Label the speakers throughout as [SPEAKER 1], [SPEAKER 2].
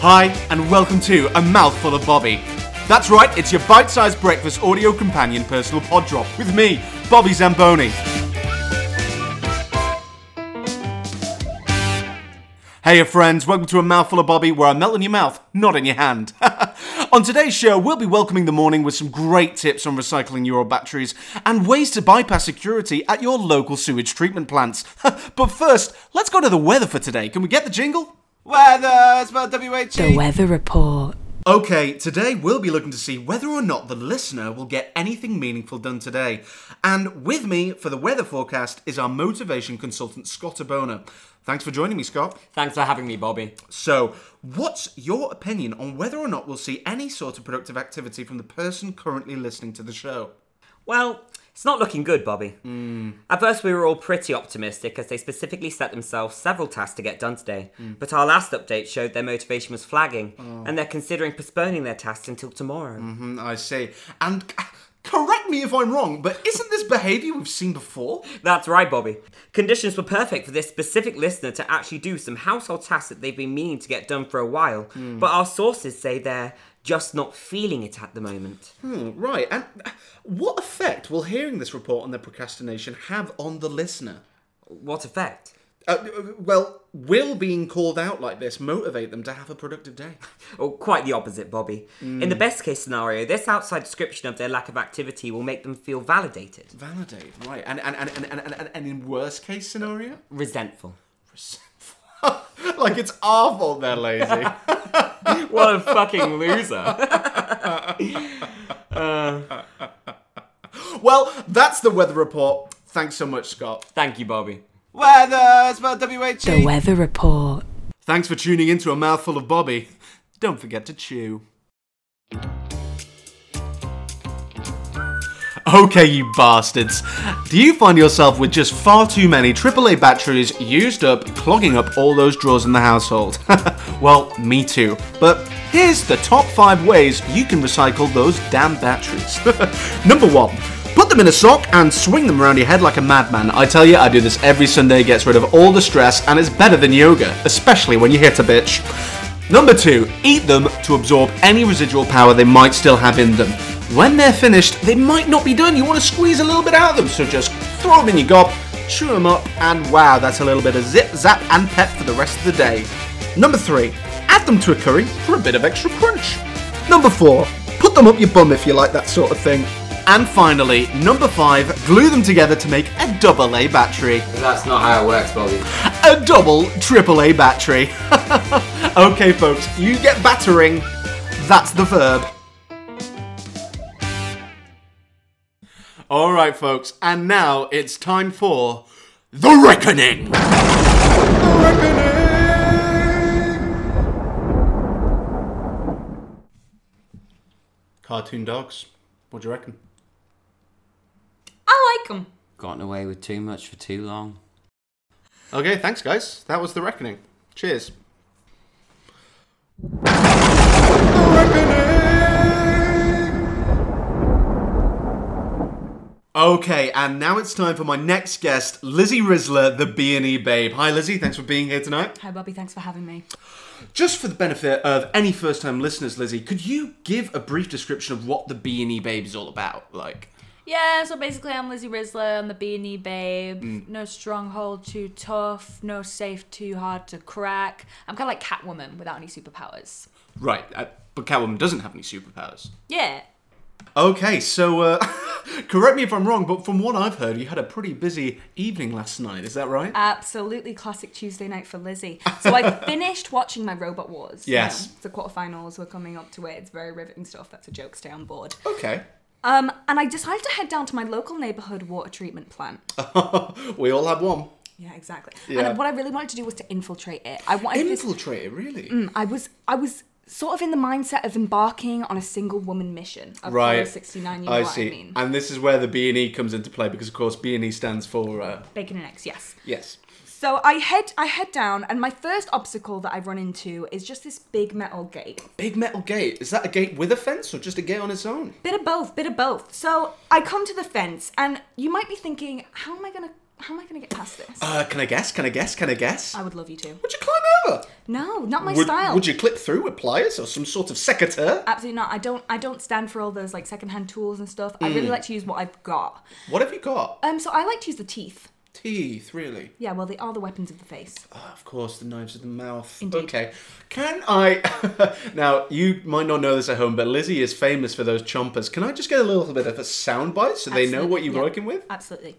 [SPEAKER 1] Hi, and welcome to A Mouthful of Bobby. That's right, it's your bite sized breakfast audio companion personal pod drop with me, Bobby Zamboni. Hey, your friends, welcome to A Mouthful of Bobby, where I melt in your mouth, not in your hand. on today's show, we'll be welcoming the morning with some great tips on recycling your batteries and ways to bypass security at your local sewage treatment plants. but first, let's go to the weather for today. Can we get the jingle? Weather, spelled
[SPEAKER 2] The
[SPEAKER 1] W-H-E.
[SPEAKER 2] Weather Report.
[SPEAKER 1] Okay, today we'll be looking to see whether or not the listener will get anything meaningful done today. And with me for the weather forecast is our motivation consultant, Scott Abona. Thanks for joining me, Scott.
[SPEAKER 3] Thanks for having me, Bobby.
[SPEAKER 1] So, what's your opinion on whether or not we'll see any sort of productive activity from the person currently listening to the show?
[SPEAKER 3] Well, it's not looking good, Bobby. At first, we were all pretty optimistic as they specifically set themselves several tasks to get done today. But our last update showed their motivation was flagging and they're considering postponing their tasks until tomorrow.
[SPEAKER 1] Mm, I see. And c- correct me if I'm wrong, but isn't this behaviour we've seen before?
[SPEAKER 3] That's right, Bobby. Conditions were perfect for this specific listener to actually do some household tasks that they've been meaning to get done for a while. But our sources say they're just not feeling it at the moment.
[SPEAKER 1] Hmm, right. And uh, what effect will hearing this report on their procrastination have on the listener?
[SPEAKER 3] What effect?
[SPEAKER 1] Uh, well, will being called out like this motivate them to have a productive day?
[SPEAKER 3] Well, quite the opposite, Bobby. In the best case scenario, this outside description of their lack of activity will make them feel validated,
[SPEAKER 1] Validate, right. And, and, and, and, and, and, and in worst case scenario?
[SPEAKER 3] resentful.
[SPEAKER 1] like it's our fault they're lazy.
[SPEAKER 3] What a fucking loser.
[SPEAKER 1] Well, that's the weather report. Thanks so much, Scott.
[SPEAKER 3] Thank you, Bobby.
[SPEAKER 1] Weather, spelled W-H-E.
[SPEAKER 2] The Weather Report.
[SPEAKER 1] Thanks for tuning into A Mouthful of Bobby. Don't forget to chew. Okay, you bastards. Do you find yourself with just far too many AAA batteries used up, clogging up all those drawers in the household? well, me too. But here's the top 5 ways you can recycle those damn batteries. Number 1. Put them in a sock and swing them around your head like a madman. I tell you, I do this every Sunday, gets rid of all the stress, and it's better than yoga, especially when you hit a bitch. Number two, eat them to absorb any residual power they might still have in them. When they're finished, they might not be done. You want to squeeze a little bit out of them, so just throw them in your gob, chew them up, and wow, that's a little bit of zip, zap, and pep for the rest of the day. Number three, add them to a curry for a bit of extra crunch. Number four, put them up your bum if you like that sort of thing. And finally, number five, glue them together to make a double A battery.
[SPEAKER 3] That's not how it works, Bobby.
[SPEAKER 1] A double triple A battery. okay, folks, you get battering. That's the verb. All right, folks, and now it's time for The Reckoning. Cartoon dogs. What do you reckon?
[SPEAKER 4] I like them.
[SPEAKER 3] Gotten away with too much for too long.
[SPEAKER 1] Okay, thanks, guys. That was The Reckoning. Cheers. Okay, and now it's time for my next guest, Lizzie Rizzler, the B&E babe. Hi, Lizzie. Thanks for being here tonight.
[SPEAKER 4] Hi, Bobby. Thanks for having me.
[SPEAKER 1] Just for the benefit of any first-time listeners, Lizzie, could you give a brief description of what the B&E babe is all about? Like,
[SPEAKER 4] Yeah, so basically, I'm Lizzie Risler. I'm the Beanie Babe.
[SPEAKER 1] Mm.
[SPEAKER 4] No stronghold too tough. No safe too hard to crack. I'm kind of like Catwoman without any superpowers.
[SPEAKER 1] right, uh, but Catwoman doesn't have any superpowers.
[SPEAKER 4] Yeah.
[SPEAKER 1] Okay, so uh, correct me if I'm wrong, but from what I've heard, you had a pretty busy evening last night. Is that
[SPEAKER 4] Uh,
[SPEAKER 1] right?
[SPEAKER 4] Absolutely classic Tuesday night for Lizzie. So I finished watching my Robot Wars. You
[SPEAKER 1] Yes.
[SPEAKER 4] know, the quarterfinals were coming up to it. It's very riveting stuff. That's a joke. Stay on board.
[SPEAKER 1] okay.
[SPEAKER 4] Um, and I decided to head down to my local neighborhood water treatment plant.
[SPEAKER 1] we all had one.
[SPEAKER 4] Yeah, exactly.
[SPEAKER 1] Uh, Yeah.
[SPEAKER 4] And what I really wanted to do was to infiltrate it. I Mm, wanted this-
[SPEAKER 1] Infiltrate it, really?
[SPEAKER 4] I was I was sort of in the mindset of embarking on a single woman mission. Of
[SPEAKER 1] Right.
[SPEAKER 4] Apollo 69, you know
[SPEAKER 1] I
[SPEAKER 4] what
[SPEAKER 1] see.
[SPEAKER 4] I mean.
[SPEAKER 1] And this is where the B and E comes into play because, of course, B and E stands for uh,
[SPEAKER 4] Bacon and eggs, yes.
[SPEAKER 1] yes.
[SPEAKER 4] So I head I head down and my first obstacle that I run into is just this big metal gate.
[SPEAKER 1] Big metal gate. Is that a gate with a fence or just a gate on its own?
[SPEAKER 4] Bit of both, bit of both. So I come to the fence and you might be thinking, how am I gonna How am I going to get past this?
[SPEAKER 1] Uh, can I guess? Can I guess? Can I guess?
[SPEAKER 4] I would love you to.
[SPEAKER 1] Would you climb over?
[SPEAKER 4] No, not my
[SPEAKER 1] would,
[SPEAKER 4] Uh, style.
[SPEAKER 1] would you clip through with pliers or some sort of secateurs?
[SPEAKER 4] Absolutely not. I don't. I don't stand for all those like secondhand tools and stuff. I
[SPEAKER 1] Mm.
[SPEAKER 4] really like to use what I've got.
[SPEAKER 1] What have you got?
[SPEAKER 4] Um, so I like to use the teeth.
[SPEAKER 1] Teeth, really?
[SPEAKER 4] Yeah, well, they are the weapons of the face.
[SPEAKER 1] Ah, of course, the knives of the mouth.
[SPEAKER 4] Indeed.
[SPEAKER 1] Okay. Can I. now, you might not know this at home, but Lizzie is famous for those chompers. Can I just get a little bit of a soundbite so they know
[SPEAKER 4] Absolutely,
[SPEAKER 1] what you're
[SPEAKER 4] yeah.
[SPEAKER 1] working with?
[SPEAKER 4] Absolutely.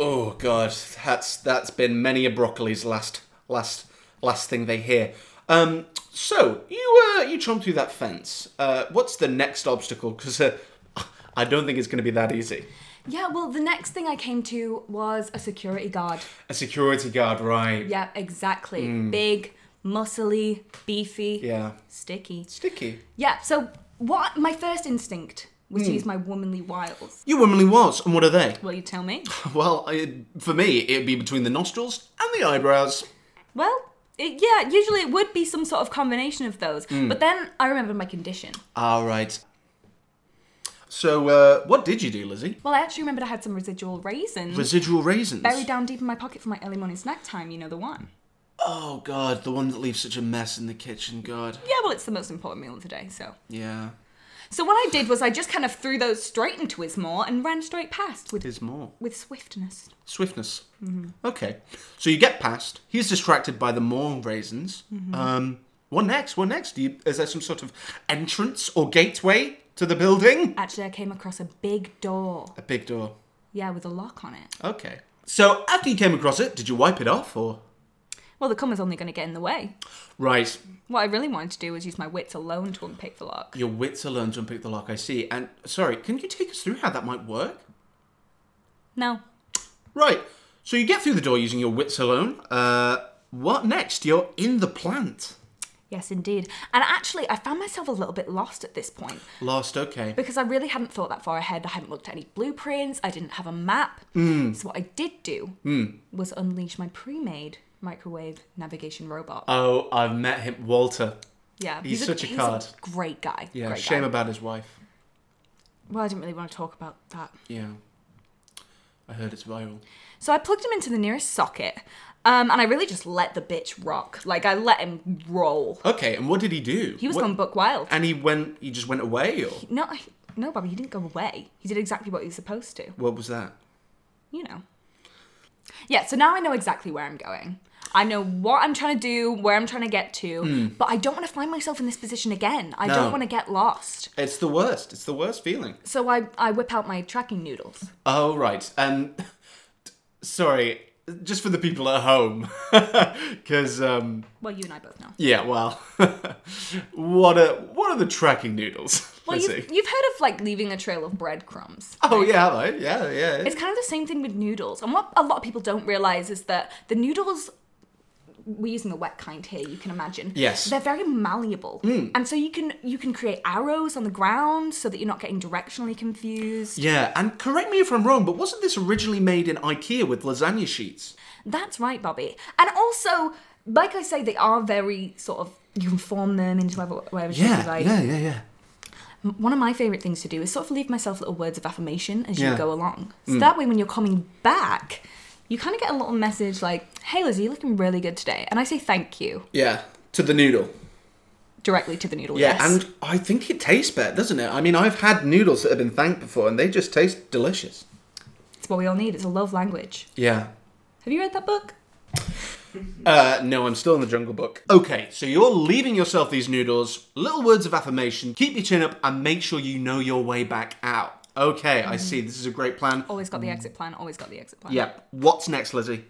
[SPEAKER 1] Oh god, that's that's been many a broccoli's last last last thing they hear. Um, so you uh, you chomped through that fence. Uh, what's the next obstacle? Because uh, I don't think it's going to be that easy.
[SPEAKER 4] Yeah. Well, the next thing I came to was a security guard.
[SPEAKER 1] A security guard, right?
[SPEAKER 4] Yeah, exactly. Big, muscly, beefy,
[SPEAKER 1] Hmm. Yeah.
[SPEAKER 4] sticky.
[SPEAKER 1] Sticky.
[SPEAKER 4] Yeah. So what? My first instinct was
[SPEAKER 1] Hmm.
[SPEAKER 4] to use my womanly wiles.
[SPEAKER 1] You womanly was, and what are they?
[SPEAKER 4] Will you tell me?
[SPEAKER 1] Well, it, for me, it'd be between the nostrils and the eyebrows.
[SPEAKER 4] Well, it, yeah, usually it would be some sort of combination of those.
[SPEAKER 1] Hmm.
[SPEAKER 4] But then I remembered my condition.
[SPEAKER 1] All Ah, right. So, uh, what did you do, Lizzie?
[SPEAKER 4] Well, I actually remembered I had some residual raisins
[SPEAKER 1] Residual raisins.
[SPEAKER 4] buried down deep in my pocket for my early morning snack time, you know the one.
[SPEAKER 1] Oh god, the one that leaves such a mess in the kitchen. God.
[SPEAKER 4] Yeah, well, it's the most important meal of the day, so.
[SPEAKER 1] Yeah.
[SPEAKER 4] So what I did was I just kind of threw those straight into Ismore and ran straight past with,
[SPEAKER 1] There's more.
[SPEAKER 4] with swiftness.
[SPEAKER 1] Swiftness. Okay. So you get past. He's distracted by the more raisins. Um, what next? What next? Do you, is there some sort of entrance or gateway to the building?
[SPEAKER 4] Actually, I came across a big door.
[SPEAKER 1] A big door.
[SPEAKER 4] Yeah, with a lock on it.
[SPEAKER 1] Okay. So after you came across it, did you wipe it off or?
[SPEAKER 4] Well, the comma's only going to get in the way.
[SPEAKER 1] Right.
[SPEAKER 4] What I really wanted to do was use my wits alone to unpick the lock.
[SPEAKER 1] Your wits alone to unpick the lock. I see. And sorry, can you take us through how that might work?
[SPEAKER 4] No.
[SPEAKER 1] Right. So you get through the door using your wits alone. Uh, what next? You're in the plant.
[SPEAKER 4] Yes, indeed. And actually, I found myself a little bit lost at this point.
[SPEAKER 1] Last. Okay.
[SPEAKER 4] because I really hadn't thought that far ahead. I hadn't looked at any blueprints. I didn't have a map.
[SPEAKER 1] Hmm.
[SPEAKER 4] So what I did do was unleash my pre-made microwave navigation robot.
[SPEAKER 1] Oh, I've met him, Walter.
[SPEAKER 4] yeah,
[SPEAKER 1] he's such a card.
[SPEAKER 4] great guy.
[SPEAKER 1] Yeah,
[SPEAKER 4] great
[SPEAKER 1] shame
[SPEAKER 4] guy.
[SPEAKER 1] about his wife.
[SPEAKER 4] Well, I didn't really want to talk about that.
[SPEAKER 1] Yeah. I heard it's viral.
[SPEAKER 4] So I plugged him into the nearest socket, um, and I really just let the bitch rock. Like I let him roll.
[SPEAKER 1] Okay, and what did he do?
[SPEAKER 4] He was
[SPEAKER 1] What-
[SPEAKER 4] going buck wild.
[SPEAKER 1] And he went he just went away or
[SPEAKER 4] no, I, no, Bobby, he didn't go away. He did exactly what he was supposed to.
[SPEAKER 1] what was that?
[SPEAKER 4] you know. Yeah, so now I know exactly where I'm going. I know what I'm trying to do, where I'm trying to get to, but I don't want to find myself in this position again. I
[SPEAKER 1] Hmm. No.
[SPEAKER 4] don't want to get lost.
[SPEAKER 1] It's the worst. It's the worst feeling.
[SPEAKER 4] So I, I whip out my tracking noodles.
[SPEAKER 1] Oh right. Um sorry, just for the people at home. Cause um
[SPEAKER 4] Well, you and I both know.
[SPEAKER 1] yeah, well what are what are the tracking noodles?
[SPEAKER 4] Well,
[SPEAKER 1] Let's
[SPEAKER 4] you've,
[SPEAKER 1] see.
[SPEAKER 4] you've heard of like leaving a trail of breadcrumbs.
[SPEAKER 1] Oh yeah, right. yeah, yeah.
[SPEAKER 4] It's kind of the same thing with noodles. And what a lot of people don't realize is that the noodles, we're using the wet kind here, you can imagine.
[SPEAKER 1] Yes. Mm.
[SPEAKER 4] They're very malleable. And so you can you can create arrows on the ground so that you're not getting directionally confused.
[SPEAKER 1] yeah, and correct me if I'm wrong, but wasn't this originally made in IKEA with lasagna sheets?
[SPEAKER 4] That's right, Bobby. And also, like I say, they are very sort of you can form them into whatever whatever shape you like.
[SPEAKER 1] yeah, yeah.
[SPEAKER 4] M- One of my favorite things to do is sort of leave myself little words of affirmation as
[SPEAKER 1] Yeah. Mm.
[SPEAKER 4] you go along. So that way, when you're coming back, you kind of get a little message like, "Hey, Lizzie, you're looking really good today," and I say thank you
[SPEAKER 1] Yeah. To the noodle.
[SPEAKER 4] directly to the noodle.
[SPEAKER 1] Yeah,
[SPEAKER 4] yes.
[SPEAKER 1] and I think it tastes better, doesn't it? I mean, I've had noodles that have been thanked before, and they just taste delicious.
[SPEAKER 4] it's what we all need. It's a love language.
[SPEAKER 1] Yeah.
[SPEAKER 4] Have you read that book?
[SPEAKER 1] Uh, no, I'm still in the Jungle Book. Okay, so you're leaving yourself these noodles, little words of affirmation, keep your chin up, and make sure you know your way back out. Okay, I see. This is a great plan.
[SPEAKER 4] Always got the exit plan. Always got the exit plan.
[SPEAKER 1] Yep. What's next, Lizzie?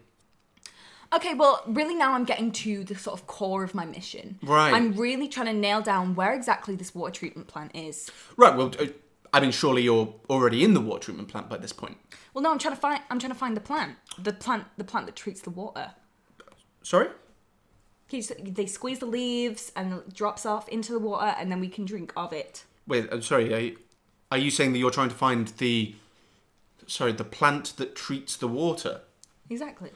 [SPEAKER 4] Okay, well, really now I'm getting to the sort of core of my mission.
[SPEAKER 1] Right.
[SPEAKER 4] I'm really trying to nail down where exactly this water treatment plant is.
[SPEAKER 1] Right. Well, uh, I mean, surely you're already in the water treatment plant by this point.
[SPEAKER 4] Well, no, I'm trying to find. I'm trying to find the plant. The plant. The plant that treats the water.
[SPEAKER 1] Sorry.
[SPEAKER 4] 'Cause They squeeze the leaves and it drops off into the water, and then we can drink of it.
[SPEAKER 1] Wait. I'm sorry. Are you, are you saying that you're trying to find the, sorry, the plant that treats the water?
[SPEAKER 4] Exactly.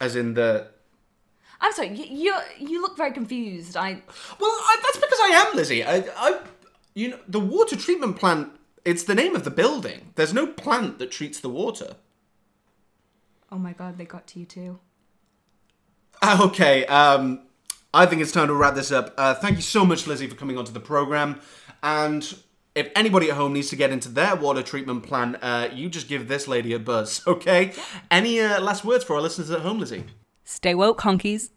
[SPEAKER 1] As in the.
[SPEAKER 4] I'm sorry. You you, you look very confused. I
[SPEAKER 1] Well, I, that's because I am Lizzie. I, I, you know, the water treatment plant It's the name of the building. There's no plant that treats the water.
[SPEAKER 4] Oh my god, they got to you too.
[SPEAKER 1] Ah, Okay, um, I think it's time to wrap this up. Uh, thank you so much, Lizzie, for coming onto the program. And if anybody at home needs to get into their water treatment plan, uh, you just give this lady a buzz, okay? Any uh, last words for our listeners at home, Lizzie?
[SPEAKER 5] Stay woke, honkies.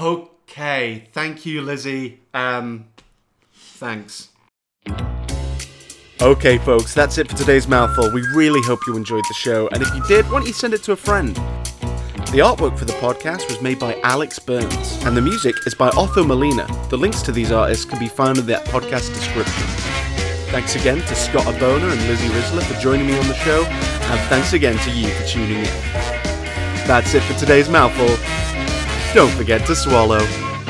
[SPEAKER 1] Okay, thank you, Lizzie. Um, thanks. Okay, folks, that's it for today's mouthful. We really hope you enjoyed the show, and if you did, why don't you send it to a friend? The artwork for the podcast was made by Alex Burns, and the music is by Otho Molina. The links to these artists can be found in that podcast description. Thanks again to Scott Aboner and Lizzie Risler for joining me on the show, and thanks again to you for tuning in. That's it for today's mouthful. Don't forget to swallow.